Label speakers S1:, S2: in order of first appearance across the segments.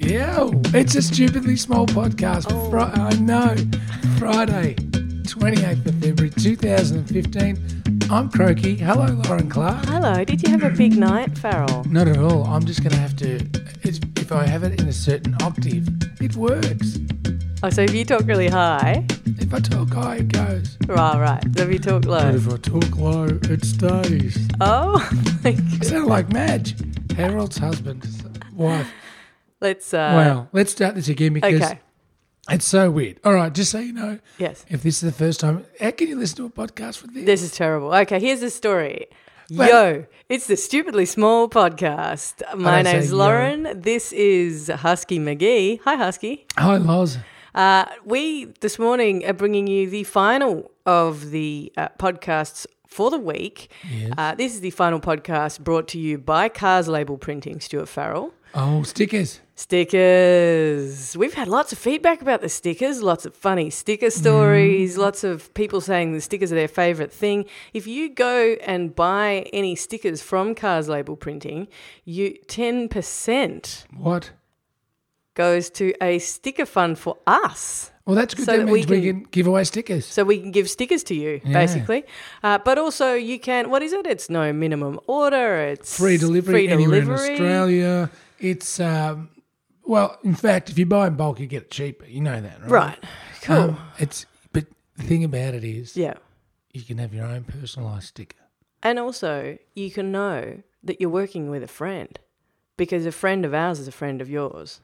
S1: Ew, it's a stupidly small podcast. Oh. Fri- I know. Friday, 28th of February 2015. I'm croaky. Hello, Lauren Clark.
S2: Hello, did you have a big night, Farrell?
S1: Not at all. I'm just going to have to. It's, if I have it in a certain octave, it works.
S2: Oh, so if you talk really high,
S1: If I talk high, it goes.
S2: right, right. So if you talk
S1: But
S2: low,
S1: if I talk low, it stays.
S2: oh, my
S1: I
S2: goodness.
S1: sound like Madge, Harold's husband, wife.
S2: let's. Uh,
S1: wow. Let's start this again because
S2: Okay.
S1: it's so weird. All right, just so you know,
S2: Yes.
S1: if this is the first time, how can you listen to a podcast with this?
S2: This is terrible. Okay, here's the story.
S1: Well-
S2: yo, it's the stupidly small podcast. My
S1: don't say
S2: name's
S1: yo.
S2: Lauren. This is Husky McGee. Hi, Husky.
S1: Hi, Loz.
S2: Uh, we this morning are bringing you the final of the uh, podcasts for the week. Uh, this is the final podcast brought to you by Cars Label Printing, Stuart Farrell.
S1: Oh, stickers.
S2: Stickers. We've had lots of feedback about the stickers, lots of funny sticker stories,
S1: Mm.
S2: lots of people saying the stickers are their favorite thing. If you go and buy any stickers from Cars Label Printing, you 10%
S1: What?
S2: goes to a sticker fund for us.
S1: Well, that's good.
S2: So
S1: that,
S2: that we
S1: means we can,
S2: can-
S1: give away stickers.
S2: So we can give stickers to you, basically. Uh, but also, you can, what is it? It's no minimum order. It's
S1: Free delivery anywhere in
S2: delivery.
S1: Australia. It's, um, well, in fact, if you buy in bulk, you get it cheaper. You know that, right?
S2: Right. Cool.
S1: Um, it's, but the thing about it is,
S2: yeah.
S1: you can have your own personalised sticker.
S2: And also, you can know that you're working with a friend because a friend of ours is a friend of yours.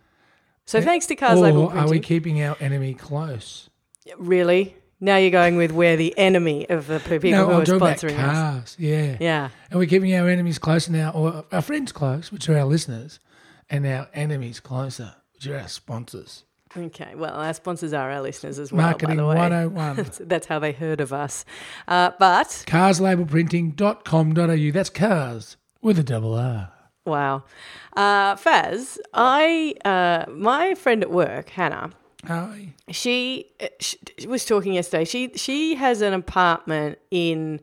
S2: So thanks to Cars
S1: or
S2: Label
S1: are we
S2: Printing.
S1: keeping our enemy close?
S2: really? Now you're going with we're the enemy of the people
S1: no,
S2: who
S1: I'm
S2: are
S1: talking about
S2: sponsoring us.
S1: cars. Yeah.
S2: Yeah.
S1: And we're keeping our enemies closer now, or our friends close, which are our listeners, and our enemies closer, which are our sponsors.
S2: Okay. Well, our sponsors are our listeners as well.
S1: Marketing oh-
S2: by the way.
S1: 101.
S2: That's how they heard of us. Uh, but
S1: carslabelprinting.com.au. That's cars with a double R.
S2: wow, uh, Faz,
S1: Oh.
S2: I uh, my friend at work, Hannah.
S1: Hi.
S2: she, she was talking yesterday. She she has an apartment in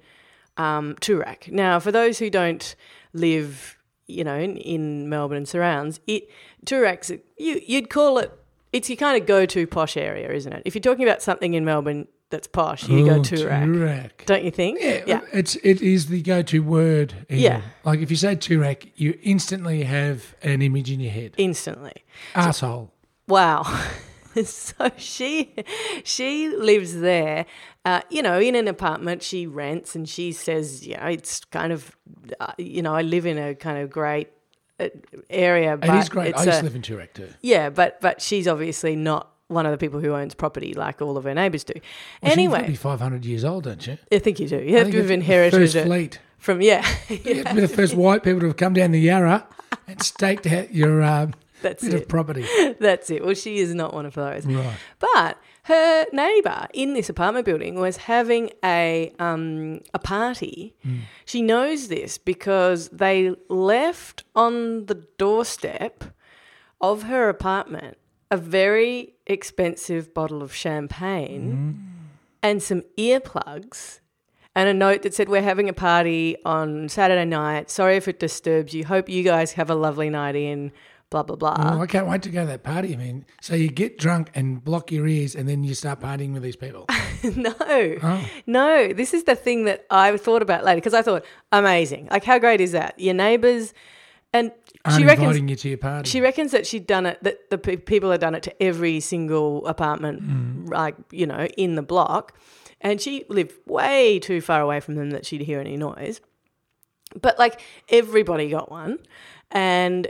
S2: um, Toorak. Now, for those who don't live, you know, in, in Melbourne and surrounds, it Toorak's you you'd call it. It's your kind of go-to posh area, isn't it? If you're talking about something in Melbourne that's posh, you go
S1: Oh,
S2: Toorak,
S1: Toorak.
S2: don't you think?
S1: Yeah, uh, it's it is the go-to word. even.
S2: Yeah.
S1: like if you say Turak, you instantly have an image in your head.
S2: instantly.
S1: Asshole.
S2: Wow. so she she lives there, uh, you know, in an apartment she rents, and she says, you know, it's kind of, uh, you know, I live in a kind of great uh, area, but
S1: It is great.
S2: it's
S1: I used
S2: a-
S1: to live in Turak too.
S2: yeah, but but she's obviously not one of the people who owns property like all of her neighbours do.
S1: you
S2: anyway,
S1: be five hundred years old, don't you?
S2: I think you do. You have
S1: think
S2: to have
S1: it's the
S2: inherited
S1: first
S2: it
S1: fleet.
S2: from yeah,
S1: You have to be the first white people to have come down the Yarra and staked out your um,
S2: That's
S1: bit
S2: it.
S1: of property.
S2: that's it. Well, she is not one of those.
S1: Right.
S2: But her neighbour in this apartment building was having a um, a party. She knows this because they left on the doorstep of her apartment a very expensive bottle of champagne and some earplugs and a note that said we're having a party on Saturday night. Sorry if it disturbs you. Hope you guys have a lovely night in. Blah blah blah.
S1: Oh, I can't wait to go to that party. I mean, so you get drunk and block your ears, and then you start partying with these people. Oh,
S2: No, no. This is the thing that I thought about later because I thought amazing. Like, how great is that? Your neighbours, and
S1: Aren't
S2: she reckons
S1: inviting you to your party.
S2: she reckons that she'd done it. That the pe- people had done it to every single apartment,
S1: Mm.
S2: like you know, in the block, and she lived way too far away from them that she'd hear any noise. But like everybody got one, and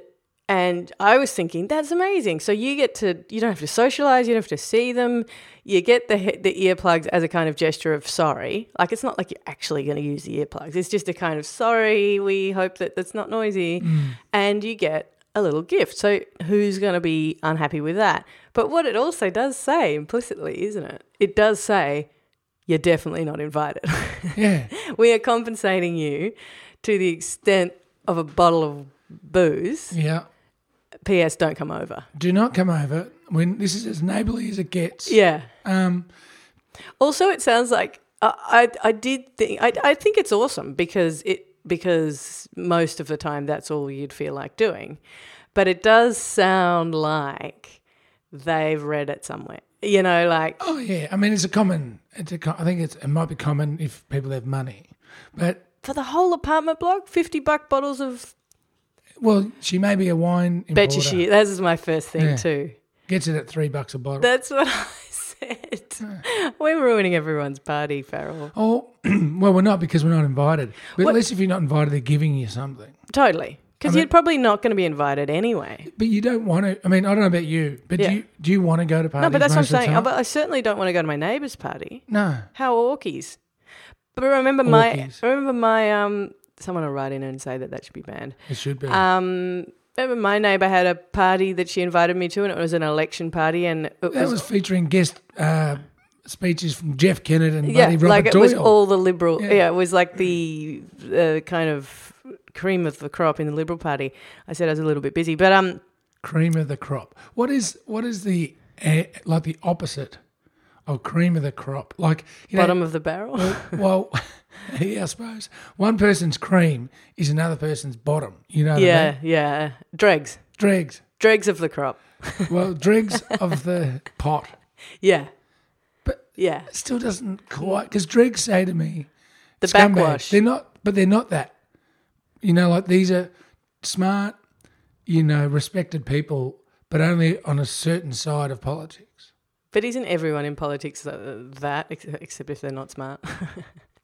S2: and I was thinking that's amazing. So you get to you don't have to socialize, you don't have to see them. You get the he- the earplugs as a kind of gesture of sorry. Like it's not like you're actually going to use the earplugs. It's just a kind of sorry. We hope that that's not noisy, and you get a little gift. So who's going to be unhappy with that? But what it also does say implicitly, isn't it? It does say you're definitely not invited.
S1: yeah,
S2: we are compensating you to the extent of a bottle of booze.
S1: yeah.
S2: P.S. Don't come over.
S1: Do not come over when this is as neighbourly as it gets.
S2: Yeah.
S1: Um,
S2: Also, it sounds like I I, I did think I, I think it's awesome because it because most of the time that's all you'd feel like doing, But it does sound like they've read it somewhere. You know, like
S1: Oh yeah, I mean it's a common. It's a co- I think it's, it might be common if people have money, but
S2: for the whole apartment block, fifty buck bottles of.
S1: well, she may be a wine importer.
S2: Betcha she. That is my first thing
S1: Yeah.
S2: too.
S1: gets it at three bucks a bottle.
S2: That's what I
S1: Hmm.
S2: said. We're ruining everyone's party, Farrell.
S1: oh, well, we're not because we're not invited. But
S2: What-
S1: at least if you're not invited, they're giving you something.
S2: Totally.
S1: I
S2: Because
S1: mean-
S2: you're probably not going to be invited anyway.
S1: But you don't want to. I mean, I don't know about you, but
S2: Yeah.
S1: do you do you want to go to parties?
S2: No, but that's what I'm
S1: most of the
S2: saying. I,
S1: time?
S2: but I certainly don't want to go to my neighbour's party.
S1: No,
S2: How orkies. But remember my
S1: Orkies.
S2: remember my um someone will write in and say that that should be banned.
S1: it should be.
S2: Um remember my neighbour had a party that she invited me to and it was an election party and it
S1: that
S2: was,
S1: was featuring guest uh, speeches from Jeff Kennett and
S2: yeah,
S1: buddy Robert
S2: like it
S1: Doyle.
S2: was all the liberal.
S1: Yeah.
S2: Yeah, it was like the uh, kind of cream of the crop in the Liberal Party. I said I was a little bit busy, but um
S1: cream of the crop. What is what is the eh, like the opposite of cream of the crop? Like you know,
S2: bottom of the barrel.
S1: well, yeah, I suppose one person's cream is another person's bottom. You know, what I mean?
S2: yeah, yeah. Dregs.
S1: dregs.
S2: Dregs of the crop.
S1: Well, dregs of the pot
S2: Yeah.
S1: But-
S2: yeah.
S1: still doesn't quite because dregs say to me,
S2: The
S1: scumbags.
S2: backwash.
S1: They're not, but they're not that. You know, like these are smart, you know, respected people, but only on a certain side of politics.
S2: But isn't everyone in politics tha- that, ex- except if they're not smart?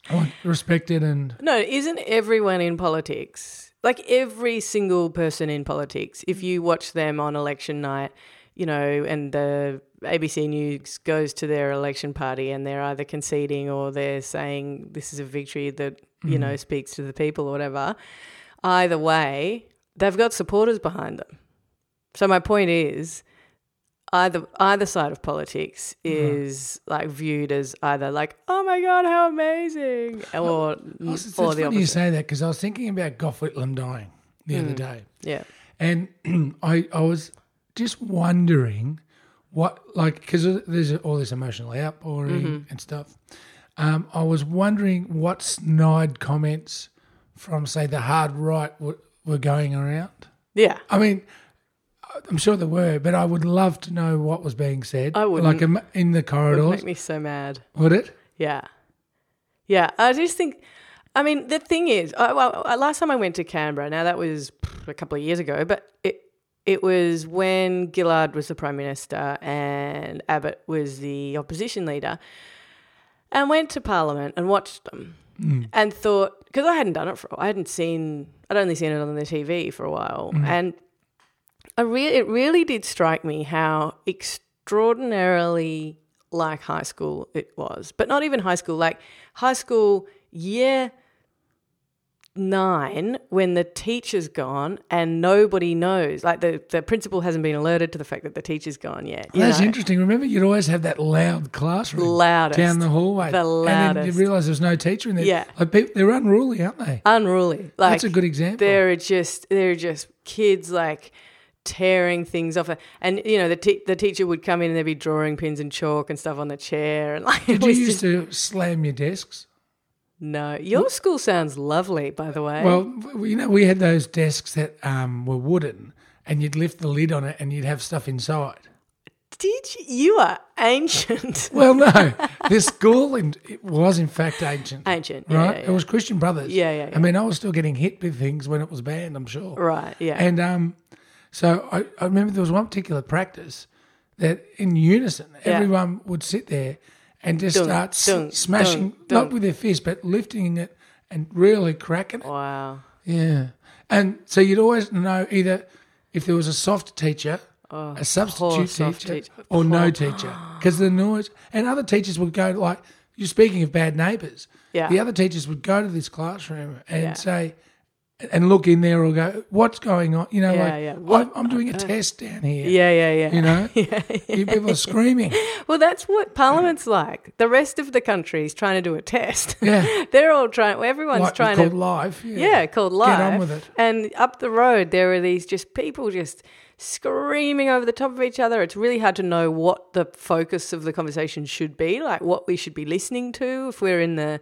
S1: Oh, respected and
S2: no, isn't everyone in politics, like every single person in politics,
S1: Mm.
S2: if you watch them on election night, you know, and the ABC News goes to their election party and they're either conceding or they're saying this is a victory that, you
S1: Mm-hmm.
S2: know, speaks to the people or whatever, either way, they've got supporters behind them. So my point is either either side of politics
S1: Mm-hmm.
S2: is like viewed as either like oh my god how amazing or
S1: Oh, it's, it's
S2: or
S1: funny
S2: Mm, the
S1: you
S2: opposite. Hmm.
S1: say that because I was thinking about Gough Whitlam dying the other day,
S2: Yeah.
S1: and I I was just wondering what like because there's all this emotional outpouring
S2: Mm-hmm.
S1: and stuff. Um, I was wondering what snide comments from say the hard right were, were going around.
S2: Yeah.
S1: I mean, I'm sure there were, but I would love to know what was being said.
S2: I
S1: like
S2: wouldn't.
S1: im- in the
S2: It would
S1: corridors,
S2: make me so mad.
S1: would it?
S2: Yeah. Yeah. I just think, I mean, the thing is, I, well, I- last time I went to Canberra, now that was pff, a couple of years ago, but it, it was when Gillard was the Prime Minister and Abbott was the opposition leader, and went to Parliament and watched them
S1: Mm.
S2: and thought, because I hadn't done it for, I hadn't seen, I'd only seen it on the TV for a while.
S1: Mm.
S2: And I re- it really did strike me how extraordinarily like high school it was, but not even high school, like high school year nine when the teacher's gone and nobody knows, like the, the principal hasn't been alerted to the fact that the teacher's gone yet. you
S1: That's
S2: know?
S1: interesting. Remember, you'd always have that loud classroom.
S2: Loudest.
S1: down the hallway.
S2: The
S1: And then you
S2: loudest.
S1: realise there's no teacher in there.
S2: Yeah.
S1: Like people, they're unruly, aren't they?
S2: Unruly. Like,
S1: That's a good example.
S2: There are just there are just kids like tearing things off, and you know the te- the teacher would come in and there'd be drawing pins and chalk and stuff on the chair, and like it
S1: Did you
S2: was
S1: used
S2: just,
S1: to slam your desks?
S2: no. Your school sounds lovely, by the way.
S1: Well, w- you know, we had those desks that um, were wooden and you'd lift the lid on it and you'd have stuff inside.
S2: Did you? You are ancient,
S1: Well, no, this school in, it was in fact ancient.
S2: ancient, yeah,
S1: Right?
S2: yeah,
S1: It was Christian Brothers.
S2: Yeah, yeah, yeah.
S1: I mean, I was still getting hit with things when it was banned, I'm sure.
S2: right, yeah,
S1: And um, so I, I remember there was one particular practice that in unison,
S2: Yeah.
S1: everyone would sit there and just
S2: Dunk,
S1: start s-
S2: dunk,
S1: smashing,
S2: dunk,
S1: not
S2: dunk.
S1: with their fist, but lifting it and really cracking it.
S2: wow,
S1: Yeah. And so you'd always know either if there was a soft teacher, a
S2: Oh, poor
S1: substitute
S2: soft
S1: teacher,
S2: teacher.
S1: or no teacher. Because the noise, and other teachers would go, like, you're speaking of bad neighbours.
S2: Yeah.
S1: The other teachers would go to this classroom and
S2: Yeah.
S1: say, and look in there or go, what's going on? You know,
S2: Yeah,
S1: like,
S2: yeah.
S1: "I'm-
S2: What uh,
S1: I'm, doing a test down here.
S2: yeah, yeah, yeah.
S1: You know, you people are screaming.
S2: Well, that's what Parliament's like. The rest of the country's trying to do a test.
S1: Yeah.
S2: They're all trying. Everyone's
S1: like
S2: trying
S1: called
S2: to
S1: life. Yeah.
S2: Yeah, called
S1: Get
S2: Live.
S1: on with it.
S2: And up the road, there are these just people just screaming over the top of each other. It's really hard to know what the focus of the conversation should be, like what we should be listening to if we're in the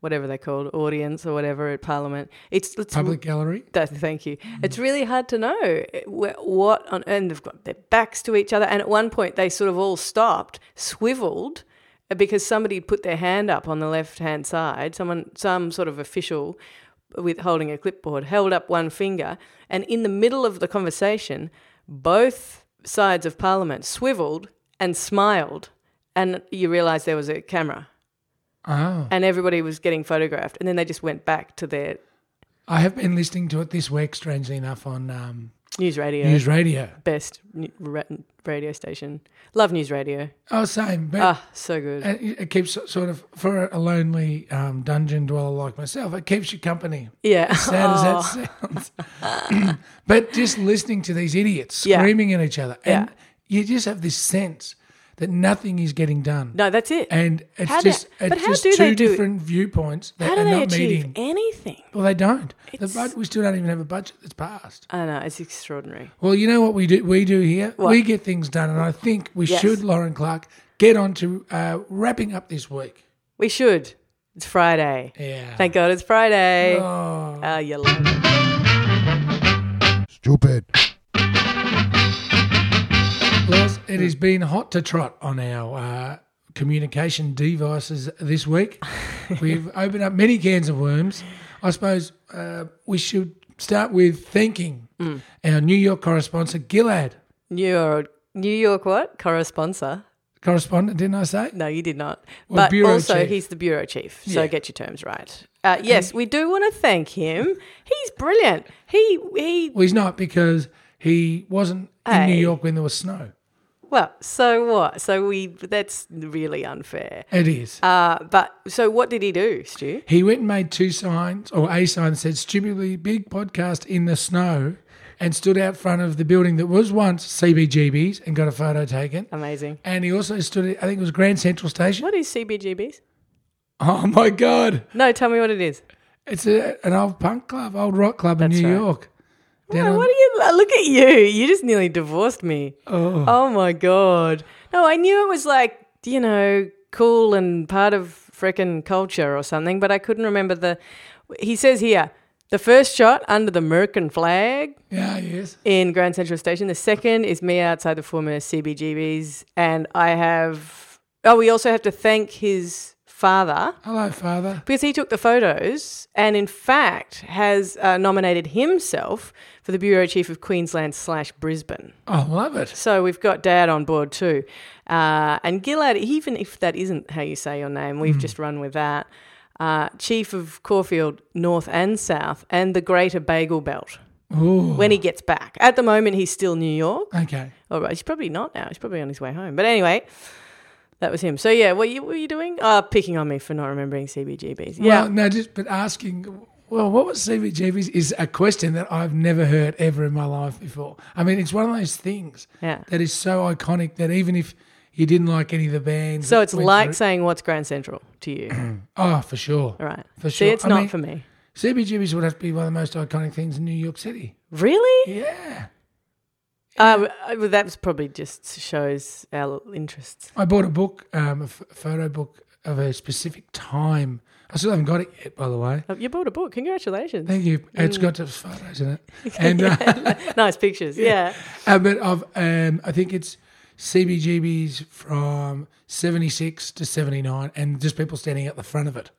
S2: whatever they're called, audience or whatever at Parliament. It's, it's
S1: Public gallery.
S2: that, thank you. It's really hard to know eh, wh- what on and they've got their backs to each other. And at one point, they sort of all stopped, swiveled, eh, because somebody put their hand up on the left hand side. Someone, some sort of official, with holding a clipboard, held up one finger, and in the middle of the conversation, both sides of Parliament swiveled and smiled, and you realise there was a camera.
S1: Oh,
S2: And everybody was getting photographed, and then they just went back to their
S1: I have been listening to it this week, strangely enough, on um,
S2: news radio.
S1: news radio.
S2: best n- ra- radio station. Love news radio.
S1: Oh, same. But
S2: Ah, so good.
S1: it, it keeps sort of for a lonely um, dungeon dweller like myself. It keeps you company.
S2: Yeah.
S1: Sad
S2: Oh,
S1: as that sounds. but just listening to these idiots
S2: Yeah.
S1: screaming at each other, and
S2: Yeah.
S1: you just have this sense that nothing is getting done.
S2: No, that's it.
S1: And it's
S2: How do-
S1: just
S2: but
S1: it's
S2: how
S1: just
S2: do
S1: two
S2: they do-
S1: different viewpoints that
S2: How do
S1: are
S2: they
S1: not
S2: achieve
S1: meeting.
S2: anything?
S1: Well, they don't. The
S2: It's-
S1: bud, we still don't even have a budget that's passed.
S2: I know it's extraordinary.
S1: Well, you know what we do we do here?
S2: What?
S1: We get things done, and I think we
S2: Yes.
S1: should, Lauren Clark, get on to uh, wrapping up this week.
S2: We should. It's Friday.
S1: Yeah.
S2: Thank God it's Friday. Oh,
S1: Oh,
S2: you love it.
S3: Stupid.
S1: Lars, it has been hot to trot on our uh, communication devices this week. We've opened up many cans of worms. I suppose uh, we should start with thanking
S2: Mm.
S1: our New York correspondent, Gillard.
S2: New York, New York, what corresponsor?
S1: Correspondent, didn't I say?
S2: No, you did not.
S1: Well,
S2: but
S1: bureau
S2: also,
S1: chief.
S2: he's the bureau chief, so
S1: Yeah.
S2: get your terms right. Uh, yes, we do want to thank him. He's brilliant. He he
S1: Well, he's not because he wasn't in New
S2: Hey.
S1: York when there was snow.
S2: Well, so what? So we that's really unfair.
S1: It is.
S2: Uh, but so what did he do, Stu?
S1: He went and made two signs, or a sign that said stupidly big podcast in the snow and stood out front of the building that was once CBGB's and got a photo taken.
S2: Amazing.
S1: And he also stood at, I think it was Grand Central Station.
S2: What is CBGBs?
S1: Oh my God.
S2: No, tell me what it is.
S1: It's a, an old punk club, old rock club in
S2: That's
S1: New
S2: right.
S1: York. Down
S2: No,
S1: on-
S2: what are you? uh, Look at you. You just nearly divorced me.
S1: Oh.
S2: Oh my god. No, I knew it was like you know cool and part of frickin' culture or something, but I couldn't remember the. He says here the first shot under the American flag.
S1: Yeah, yes.
S2: in Grand Central Station. The second is me outside the former CBGBs, and I have. Oh, we also have to thank his father
S1: Hello, Father.
S2: because he took the photos, and in fact has uh, nominated himself for the bureau chief of Queensland slash Brisbane.
S1: I love it.
S2: So we've got Dad on board too, uh, and Gillard. Even if that isn't how you say your name, we've just run with that. Uh, chief of Caulfield North and South, and the Greater Bagel Belt
S1: Ooh.
S2: when he gets back. At the moment, he's still New York.
S1: Okay.
S2: All right, he's probably not now. He's probably on his way home. But anyway, that was him. So yeah, what you, were you doing? Uh, picking on me for not remembering CBGBs. Yeah,
S1: Well, no, just but asking. Well, what was CBGB's is a question that I've never heard ever in my life before. I mean, it's one of those things
S2: Yeah.
S1: that is so iconic that even if you didn't like any of the bands,
S2: so
S1: that
S2: it's
S1: went
S2: like
S1: through-
S2: saying what's Grand Central to you.
S1: oh, for sure,
S2: All right,
S1: For
S2: See,
S1: sure.
S2: it's
S1: I
S2: not
S1: mean-
S2: for me.
S1: CBGB's would have to be one of the most iconic things in New York City.
S2: Really?
S1: Yeah,
S2: Uh, well, that was probably just shows our interests.
S1: I bought a book, um, a f- photo book of a specific time. I still haven't got it yet, by the way.
S2: Oh, you bought a book. Congratulations.
S1: Thank you.
S2: Mm.
S1: It's got the photos in it, and uh,
S2: nice pictures. Yeah.
S1: Uh, but of um, I think it's CBGBs from seventy six to seventy nine, and just people standing at the front of it.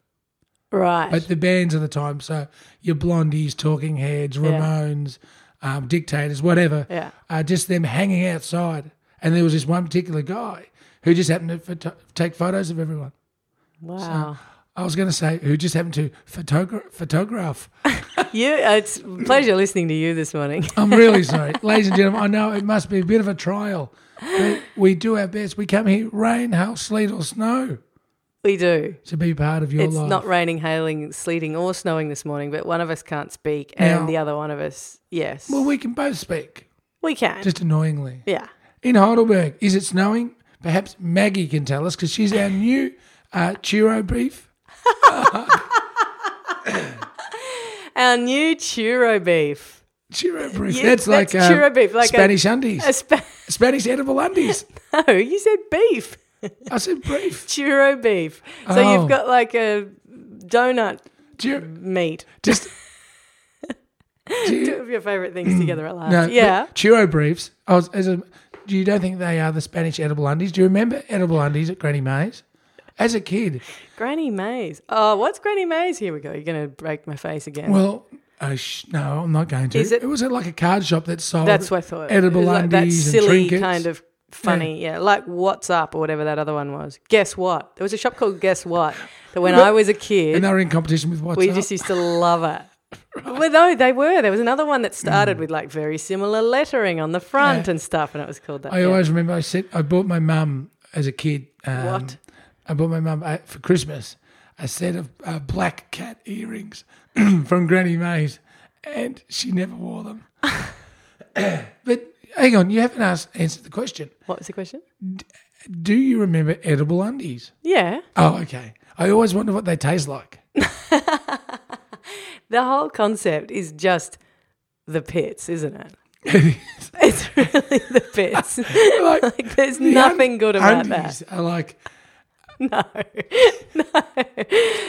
S2: Right.
S1: But the bands of the time, so your Blondies, Talking Heads, Ramones, um, Dictators, whatever,
S2: Yeah.
S1: uh, just them hanging outside. And there was this one particular guy who just happened to photo- take photos of everyone.
S2: wow.
S1: I was going to say who just happened to photogra- photograph.
S2: you. uh, It's a pleasure listening to you this morning.
S1: I'm really sorry, ladies and gentlemen. I know it must be a bit of a trial, but we do our best. We come here, rain, hail, sleet, or snow,
S2: we do.
S1: to be part of your
S2: It's
S1: life.
S2: not raining, hailing, sleeting, or snowing this morning, but one of us can't speak,
S1: Now-
S2: and the other one of us, yes,
S1: well, we can both speak,
S2: we can.
S1: just annoyingly.
S2: yeah,
S1: In Heidelberg, is it snowing? Perhaps Maggie can tell us because she's our new uh, churro beef.
S2: our new churro beef,
S1: Churro beef.
S2: Yeah,
S1: that's, like uh,
S2: that's churro beef, like a-
S1: Spanish undies,
S2: a spa-
S1: Spanish edible undies.
S2: no, you said beef,
S1: I said beef.
S2: churro beef. So
S1: Oh.
S2: you've got like a donut
S1: Do you
S2: meat.
S1: just do you,
S2: Two of your favorite things together at last.
S1: Mm. No,
S2: yeah.
S1: but Chiro briefs. I was as a. Do you don't think they are the Spanish edible undies? Do you remember edible undies at Granny May's? As a kid,
S2: Granny Mays. Oh, what's Granny Mays? Here we go. You're going to break my face again.
S1: well, I sh- no, I'm not going to.
S2: Is it-
S1: was at like a card shop that sold.
S2: That's what I thought.
S1: edible
S2: It was like that
S1: undies and
S2: silly
S1: trinkets.
S2: kind of funny. Yeah. like What's Up or whatever that other one was. Guess What? There was a shop called Guess What that when I was a
S1: and
S2: kid,
S1: they were in competition with what's
S2: we
S1: up.
S2: just used to love it. Well, no, they were. There was another one that started with like very similar lettering on the front
S1: Mm. Yeah.
S2: and stuff, and it was called that.
S1: I
S2: yeah.
S1: always remember I said I bought my mum as a kid. Um,
S2: What?
S1: I bought my mum uh, for Christmas a set of uh, black cat earrings from Granny Mays, and she never wore them. but hang on, you haven't asked answered the question.
S2: What was the question?
S1: Do you remember edible undies?
S2: Yeah.
S1: Oh, okay. I always wonder what they taste like.
S2: The whole concept is just the pits, isn't it?
S1: like
S2: It's really the pits. like, there's nothing good about that.
S1: undies are like.
S2: No.
S1: Can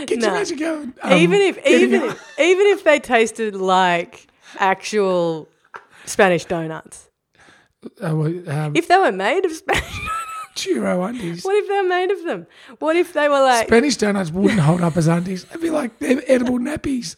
S1: you
S2: No.
S1: imagine going? um, uh,
S2: even if
S1: getting
S2: even
S1: a-
S2: if, even if they tasted like actual Spanish donuts.
S1: Oh, well, um,
S2: If they were made of Spanish
S1: churro undies.
S2: what if they were made of them? What if they were like
S1: Spanish donuts wouldn't hold up as undies. They'd be like they're edible nappies.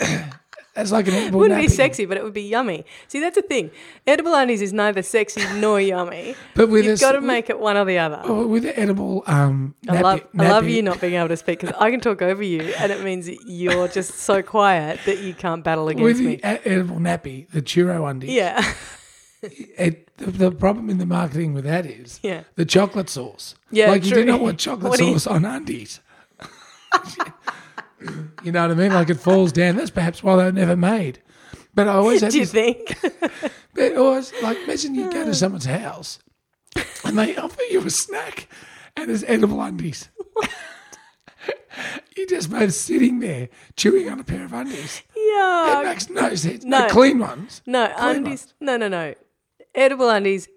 S1: That's like an edible
S2: wouldn't
S1: nappy.
S2: be sexy, but it would be yummy. See, that's the thing. Edible undies is neither sexy nor yummy.
S1: But with
S2: You've
S1: a-
S2: got to make it one or the other.
S1: Oh, with the edible um, nappy,
S2: I love, I love
S1: nappy.
S2: you not being able to speak because I can talk over you, and it means that you're just so quiet that you can't battle
S1: With
S2: against
S1: the
S2: me.
S1: e- edible nappy, the churro undies.
S2: Yeah,
S1: It, the, the problem in the marketing with that is
S2: Yeah.
S1: the chocolate sauce.
S2: Yeah,
S1: like you
S2: true.
S1: do not want chocolate
S2: What do you-
S1: sauce on undies. you know what I mean? Like it falls down. That's perhaps why they were never made. But I always had
S2: do you
S1: this
S2: think?
S1: But always like imagine you
S2: Uh.
S1: go to someone's house and they offer you a snack and there's edible undies. you just both sitting there chewing on a pair of undies. That
S2: Yeah.
S1: makes no sense.
S2: Um, No.
S1: No clean ones.
S2: No
S1: Clean
S2: undies. No, no, no. Edible undies.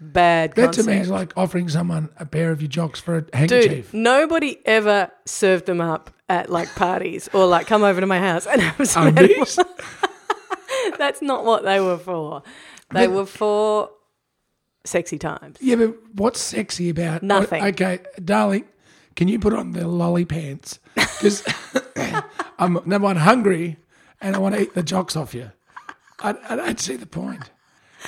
S2: Bad
S1: That to
S2: concept.
S1: me is like offering someone a pair of your jocks for a
S2: Dude,
S1: handkerchief.
S2: nobody ever served them up at like parties or like come over to my house and have some. edible-
S1: Undies.
S2: That's not what they were for. They were for sexy times.
S1: yeah, but what's sexy about
S2: Nothing.
S1: Okay, darling, can you put on the lolly pants? Because I'm number one hungry and I want to eat the jocks off you. I, I don't see the point.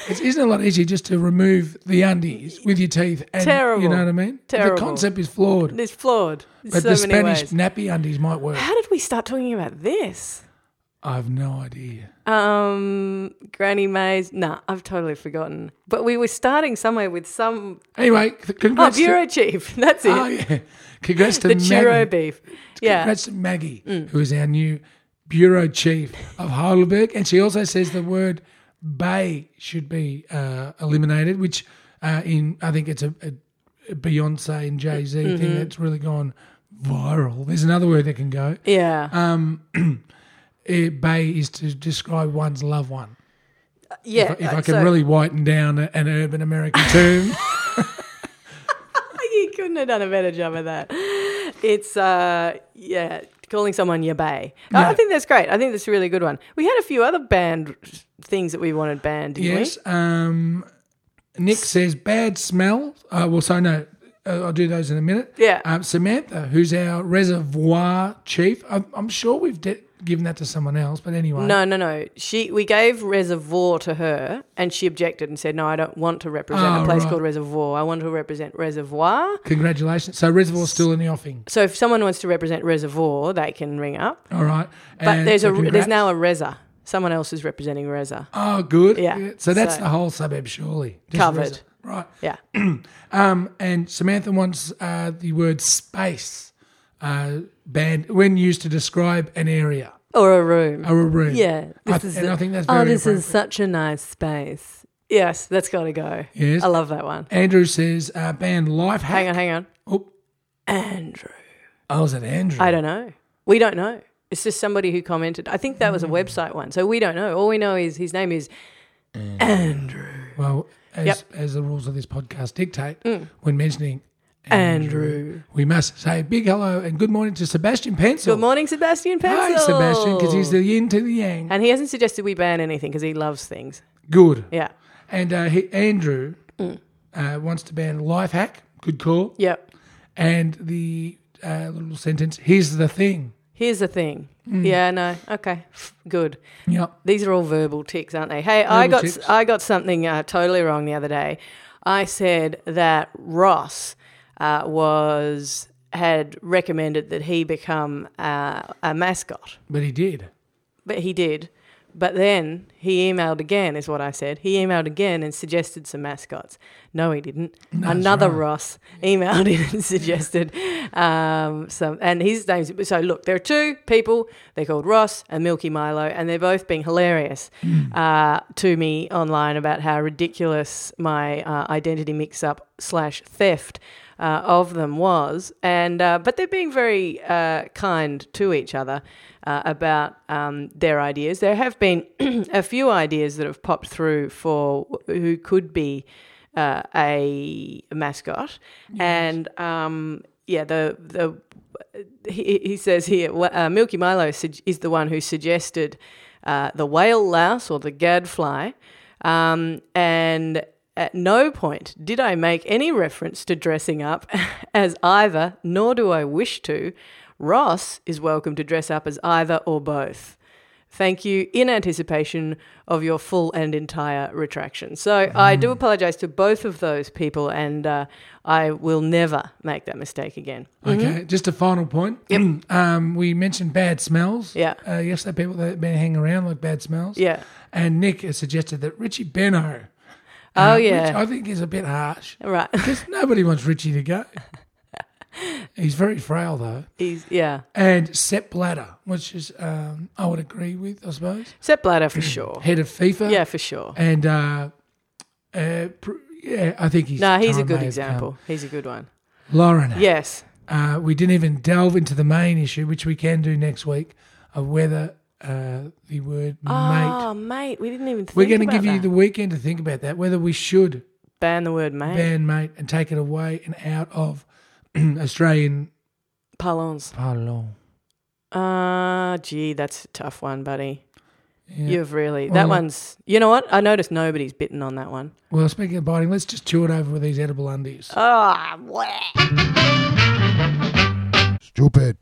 S1: It's, isn't it a lot easier just to remove the undies with your teeth? And, You
S2: Terrible.
S1: know what I mean?
S2: Terrible.
S1: The concept is flawed.
S2: It's flawed. in
S1: But
S2: so
S1: the
S2: many
S1: Spanish
S2: ways.
S1: nappy undies might work.
S2: How did we start talking about this?
S1: I've no idea.
S2: Um, Granny Mays. Nah, I've totally forgotten. But we were starting somewhere with some.
S1: Anyway, c-
S2: Oh,
S1: congrats
S2: Bureau Chief. That's it.
S1: to, oh, yeah. Congrats to
S2: the
S1: Maggie.
S2: churro beef. Yeah. Mm.
S1: Congrats to Maggie, who is our new bureau chief of Heidelberg, and she also says the word "bay" should be uh, eliminated, which uh, in I think it's a, a- a Beyonce and Jay Z
S2: Mm-hmm.
S1: thing that's really gone viral. There's another word that can go.
S2: Yeah.
S1: Uh, bay is to describe one's loved one.
S2: yeah.
S1: If, if I
S2: uh,
S1: can
S2: so-
S1: really whiten down a- an urban American term,
S2: You couldn't have done a better job of that. It's, uh, yeah, calling someone your bae. I- I
S1: No.
S2: think that's great. I think that's a really good one. We had a few other band things that we wanted banned, didn't we?
S1: yes. Um, Nick says bad smell. Uh, well, so no, uh, I'll do those in a minute.
S2: Yeah.
S1: Um, Samantha, who's our reservoir chief. I'm, I'm sure we've de- given that to someone else, but anyway.
S2: No, no, no. She we gave Reservoir to her, and she objected and said, "No, I don't want to represent
S1: Oh,
S2: a place
S1: right.
S2: called Reservoir. I want to represent Reservoir."
S1: Congratulations. So Reservoir's still in the offing.
S2: So if someone wants to represent Reservoir, they can ring up.
S1: All right.
S2: But
S1: And
S2: there's
S1: so
S2: a there's
S1: congrats.
S2: now a Reza. Someone else is representing Reza.
S1: Oh, good.
S2: Yeah.
S1: So that's
S2: So-
S1: the whole suburb, surely. Just
S2: Covered.
S1: reser- Right.
S2: Yeah,
S1: Um, and Samantha wants uh, the word space uh, banned when used to describe an area
S2: or a room.
S1: or a room.
S2: Yeah,
S1: I,
S2: this is
S1: and
S2: a-
S1: I think that's very
S2: oh, this
S1: appropriate.
S2: is such a nice space. Yes, that's got to go.
S1: Yes.
S2: I love that one.
S1: Andrew says, uh, band life hack.
S2: Hang on, hang on,
S1: Oh,
S2: Andrew.
S1: I was at Andrew.
S2: I don't know. We don't know. It's just somebody who commented. I think that was a
S1: Mm.
S2: website one. So we don't know. All we know is his name is Andrew.
S1: Mm. Well, as,
S2: Yep. Mm.
S1: as the rules of this podcast dictate, when mentioning
S2: Andrew.
S1: We must say a big hello and good morning to Sebastian Pencil.
S2: Good morning, Sebastian
S1: Hi,
S2: Pencil.
S1: Sebastian, because he's the yin to the yang.
S2: and he hasn't suggested we ban anything because he loves things.
S1: Good.
S2: Yeah. Mm.
S1: And uh, he, Andrew uh, wants to ban life hack. Good call.
S2: Yep.
S1: And the uh, little sentence, here's the thing.
S2: Here's the thing. Yeah, no. Okay. Good.
S1: Yep.
S2: These are all verbal ticks, aren't they? Hey, I
S1: Verbal
S2: got
S1: ticks.
S2: I got something uh, totally wrong the other day. I said that Ross uh, was had recommended that he become uh, a mascot,
S1: But he did.
S2: but he did. But then he emailed again, is what I said. He emailed again and suggested some mascots. No, he didn't. Another Ross emailed in and suggested um, some, and his name's. So look, there are two people. They're called Ross and Milky Milo, and they're both being hilarious uh, to me online about how ridiculous my uh, identity mix-up slash theft. Uh, of them was, and uh, but they're being very uh, kind to each other uh, about um, their ideas. There have been a few ideas that have popped through for who could be uh, a mascot, and um, yeah, the the he, he says here wh- uh, Milky Milo sug- is the one who suggested uh, the whale louse or the gadfly, um, and at no point did I make any reference to dressing up as either, nor do I wish to. Ross is welcome to dress up as either or both. Thank you in anticipation of your full and entire retraction. So I do apologize to both of those people, and uh, I will never make that mistake again.
S1: Okay, just a final point. um, we mentioned bad smells.
S2: Yeah.
S1: Uh, yesterday, people that have been hanging around like bad smells.
S2: Yeah.
S1: And Nick has suggested that Richie Benno.
S2: Oh,
S1: Uh, which
S2: yeah.
S1: I think is a bit harsh
S2: Right.
S1: because nobody wants Richie to go. He's very frail, though.
S2: He's, yeah.
S1: And Sepp Blatter, which is, um, I would agree with, I suppose.
S2: Sepp Blatter for sure.
S1: Head of FIFA.
S2: Yeah, for sure.
S1: And, uh, uh, pr- yeah, I think he's.
S2: No, he's a good example. He's a good one.
S1: Lauren,
S2: Yes.
S1: uh, we didn't even delve into the main issue, which we can do next week, of whether uh, the word mate.
S2: Oh, mate, we didn't even think
S1: We're going to
S2: about
S1: give you
S2: that.
S1: the weekend to think about that, whether we should
S2: ban the word mate.
S1: ban mate and take it away and out of Australian
S2: Parlons.
S1: parlons.
S2: Ah, gee, that's a tough one, buddy.
S1: Yeah.
S2: You've really
S1: Well-
S2: that one's. You know what? I noticed nobody's bitten on that one.
S1: Well, speaking of biting, let's just chew it over with these edible undies.
S2: Ah, bleh.
S3: Stupid.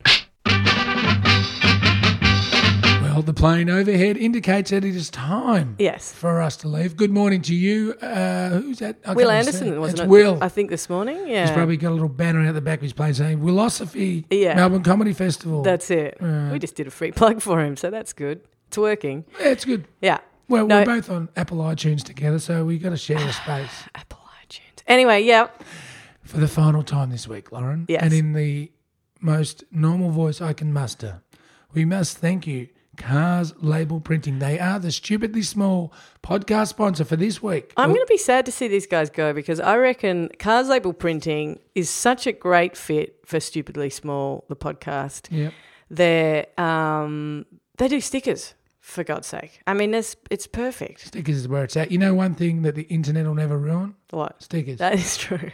S1: Well, the plane overhead indicates that it is time
S2: yes.
S1: for us to leave. Good morning to you. Uh, who's that? I
S2: Will
S1: can't
S2: Anderson
S1: understand.
S2: wasn't
S1: It's
S2: it?
S1: Will.
S2: I think this morning. Yeah.
S1: He's probably got a little banner out the back of his plane saying "Philosophy
S2: Yeah.
S1: Melbourne Comedy Festival."
S2: that's it. We just did a free plug for him, so that's good. It's working.
S1: Yeah, it's good.
S2: Yeah.
S1: Well,
S2: No.
S1: we're both on Apple iTunes together, so we got to share a space
S2: Apple iTunes. Anyway, yeah.
S1: for the final time this week, Lauren.
S2: Yes.
S1: And in the most normal voice I can muster, we must thank you, Cars Label Printing. They are the stupidly small podcast sponsor for this week.
S2: I'm going to be sad to see these guys go because I reckon Cars Label Printing is such a great fit for Stupidly Small, the podcast.
S1: Yep.
S2: They um, they do stickers for God's sake. I mean, it's it's perfect.
S1: Stickers is where it's at. You know one thing that the internet will never ruin?
S2: What
S1: Stickers.
S2: that is true.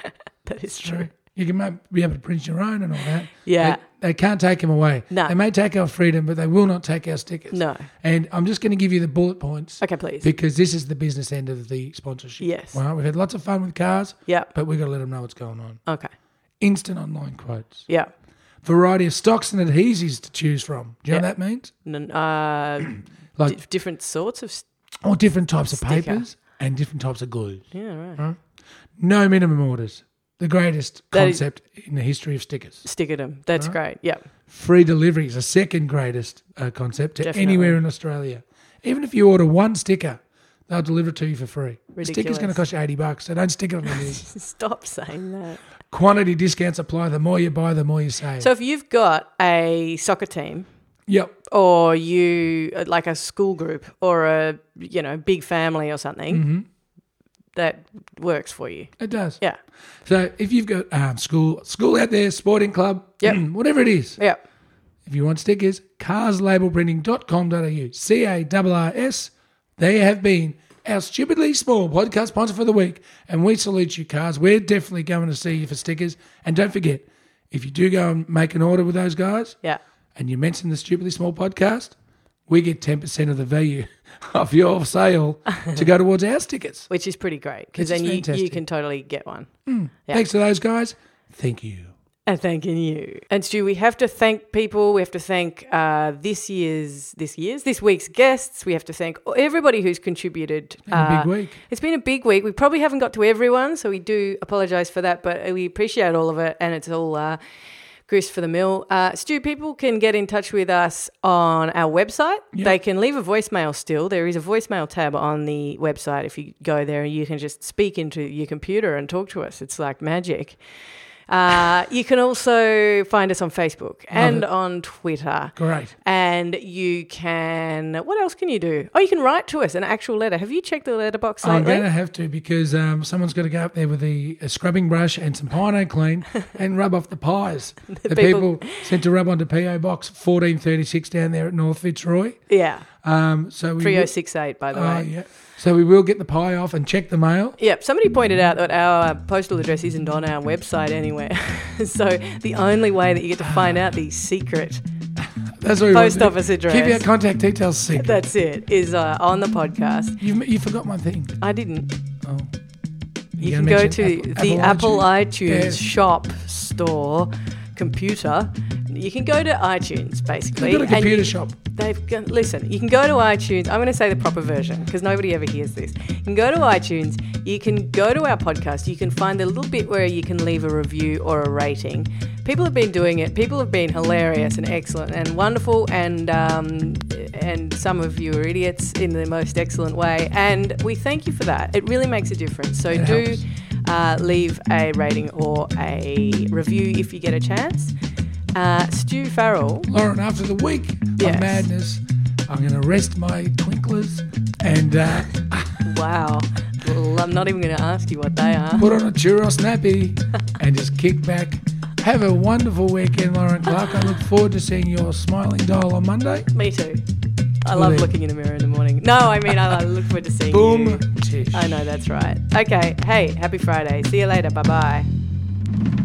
S2: that is true.
S1: You can ma- be able to print your own and all that.
S2: Yeah.
S1: They, they can't take them away.
S2: No.
S1: They may take our freedom, but they will not take our stickers.
S2: No.
S1: And I'm just going to give you the bullet points
S2: Okay, please.
S1: because this is the business end of the sponsorship.
S2: Yes.
S1: Well, we've had lots of fun with cars,
S2: Yeah.
S1: but we've got to let them know what's going on.
S2: Okay.
S1: Instant online quotes.
S2: Yeah.
S1: Variety of stocks and adhesives to choose from. Do you know
S2: Yeah.
S1: what that means?
S2: N- uh,
S1: Like-
S2: di- different sorts of. St-
S1: All different types of
S2: Sticker.
S1: papers and different types of glues.
S2: yeah. Right.
S1: No minimum orders. The greatest
S2: That is-
S1: concept in the history of stickers.
S2: Stickerdom. That's great. Yeah.
S1: Free delivery is the second greatest uh, concept to
S2: Definitely.
S1: anywhere in Australia. Even if you order one sticker, they'll deliver it to you for free. Sticker's
S2: Ridiculous.
S1: going to cost you 80 bucks, so don't stick it on your list.
S2: Stop saying that.
S1: Quantity discounts apply. The more you buy, the more you save.
S2: So if you've got a soccer team
S1: yep.
S2: or you uh, like a school group or a you know big family or something
S1: Mm.
S2: that works for you
S1: Mm-hmm. It does.
S2: yeah
S1: So if you've got um, school, school out there, sporting club, mm,
S2: Yep.
S1: whatever it is,
S2: yeah
S1: if you want stickers, carslabelprinting.com.au, C A R R S. They have been our stupidly small podcast sponsor for the week, and we salute you, cars. We're definitely going to see you for stickers. And don't forget, if you do go and make an order with those guys,
S2: Yeah.
S1: and you mention the Stupidly Small podcast, we get 10% of the value of your sale to go towards our stickers.
S2: Which is pretty great because
S1: It's
S2: then you, you
S1: fantastic.
S2: can totally get one. Yeah.
S1: Thanks to those guys. Thank you.
S2: And thanking you. And Stu, we have to thank people. We have to thank uh, this year's, this year's, this week's guests. We have to thank everybody who's contributed.
S1: Been a
S2: uh,
S1: big week.
S2: It's been a big week. We probably haven't got to everyone, so we do apologise for that, but we appreciate all of it, and it's all uh, grist for the mill. Uh, Stu, people can get in touch with us on our website.
S1: Yeah.
S2: They can leave a voicemail still. There is a voicemail tab on the website. If you go there, you can just speak into your computer and talk to us. It's like magic. Uh, you can also find us on Facebook
S1: it.
S2: and on Twitter.
S1: Great.
S2: And you can, what else can you do? Oh, you can write to us an actual letter. Have you checked the letterbox
S1: I'm
S2: lately?
S1: going to have to because um, someone's got to go up there with a, a scrubbing brush and some Pino clean and rub off the pies. The
S2: people-
S1: people sent to rub onto PO Box 1436 down there at North Fitzroy.
S2: yeah,
S1: Um, so we will,
S2: 3068, by the
S1: Oh,
S2: way.
S1: yeah. So we will get the pie off and check the mail.
S2: Yep, somebody pointed out that our postal address isn't on our website anywhere. so the only way that you get to find out the secret
S1: That's what we want to
S2: post
S1: do.
S2: office address,
S1: Keep your contact details secret.
S2: that's it, is uh, on the podcast.
S1: You you forgot one thing.
S2: I didn't.
S1: Oh.
S2: You
S1: You're
S2: can
S1: gonna
S2: go
S1: mention
S2: to the Apple iTunes
S1: Yes.
S2: shop store computer. You can go to iTunes basically.
S1: They've got a
S2: and
S1: computer
S2: you-
S1: shop.
S2: They've got, listen. You can go to iTunes. I'm going to say the proper version because nobody ever hears this. You can go to iTunes. You can go to our podcast. You can find the little bit where you can leave a review or a rating. People have been doing it. People have been hilarious and excellent and wonderful, and um, and some of you are idiots in the most excellent way. And we thank you for that. It really makes a difference. So
S1: It
S2: do
S1: helps.
S2: uh, leave a rating or a review if you get a chance. Uh, Stu Farrell.
S1: Lauren, after the week
S2: Yes.
S1: of madness, I'm going to rest my twinklers and uh,
S2: Wow. Well, I'm not even going to ask you what they are.
S1: put on a churro snappy and just kick back. Have a wonderful weekend, Lauren Clark. I look forward to seeing your smiling doll on Monday.
S2: Me too. I love
S1: Really?
S2: looking in the mirror in the morning. No, I mean, I I look forward to seeing you.
S1: Boom. Tish.
S2: I know, that's right. Okay. Hey, happy Friday. See you later. Bye bye.